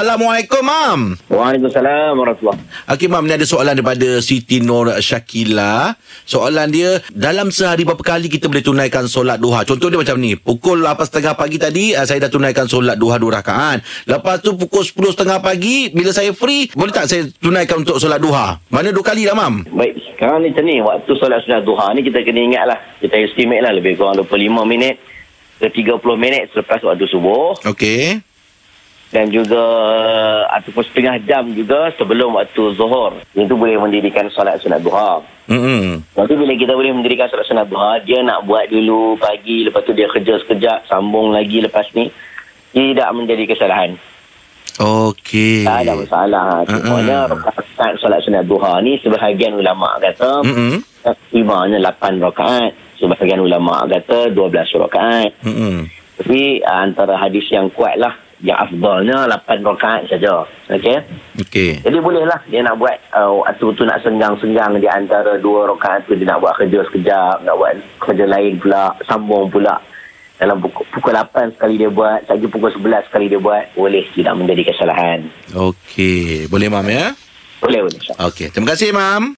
Assalamualaikum, Mam. Waalaikumsalam warahmatullahi Okey, Mam. Ni ada soalan daripada Siti Nur Syakila. Soalan dia, dalam sehari berapa kali kita boleh tunaikan solat duha? Contoh dia macam ni. Pukul 8.30 pagi tadi, ah, saya dah tunaikan solat duha dua rakaat. Lepas tu pukul 10.30 pagi, bila saya free, boleh tak saya tunaikan untuk solat duha? Mana dua kali dah, Mam? Baik, sekarang ni macam ni Waktu solat sunat duha ni Kita kena ingat lah Kita estimate lah Lebih kurang 25 minit Ke 30 minit Selepas waktu subuh Okey. Dan juga eh, Ataupun setengah jam juga Sebelum waktu zuhur Itu boleh mendirikan solat sunat duha Mm-mm. Lepas tu bila kita boleh mendirikan solat sunat duha Dia nak buat dulu pagi Lepas tu dia kerja sekejap Sambung lagi lepas ni Tidak menjadi kesalahan Okey. Tak ada masalah. Cumanya Mm-mm. rakaat solat sunat duha ni sebahagian ulama kata Mm-mm. Eh, imamnya 8 rakaat. Sebahagian ulama kata 12 rakaat. Mm-mm. Tapi ah, antara hadis yang kuat lah yang afdalnya 8 rakaat saja. Okey. Okey. Jadi bolehlah dia nak buat uh, atau tu nak senggang-senggang di antara dua rakaat tu dia nak buat kerja sekejap, nak buat kerja lain pula, sambung pula. Dalam pukul, pukul 8 sekali dia buat, lagi pukul 11 sekali dia buat, boleh tidak menjadi kesalahan. Okey. Boleh, Mam, ya? Boleh boleh. Okey. Terima kasih, Mam.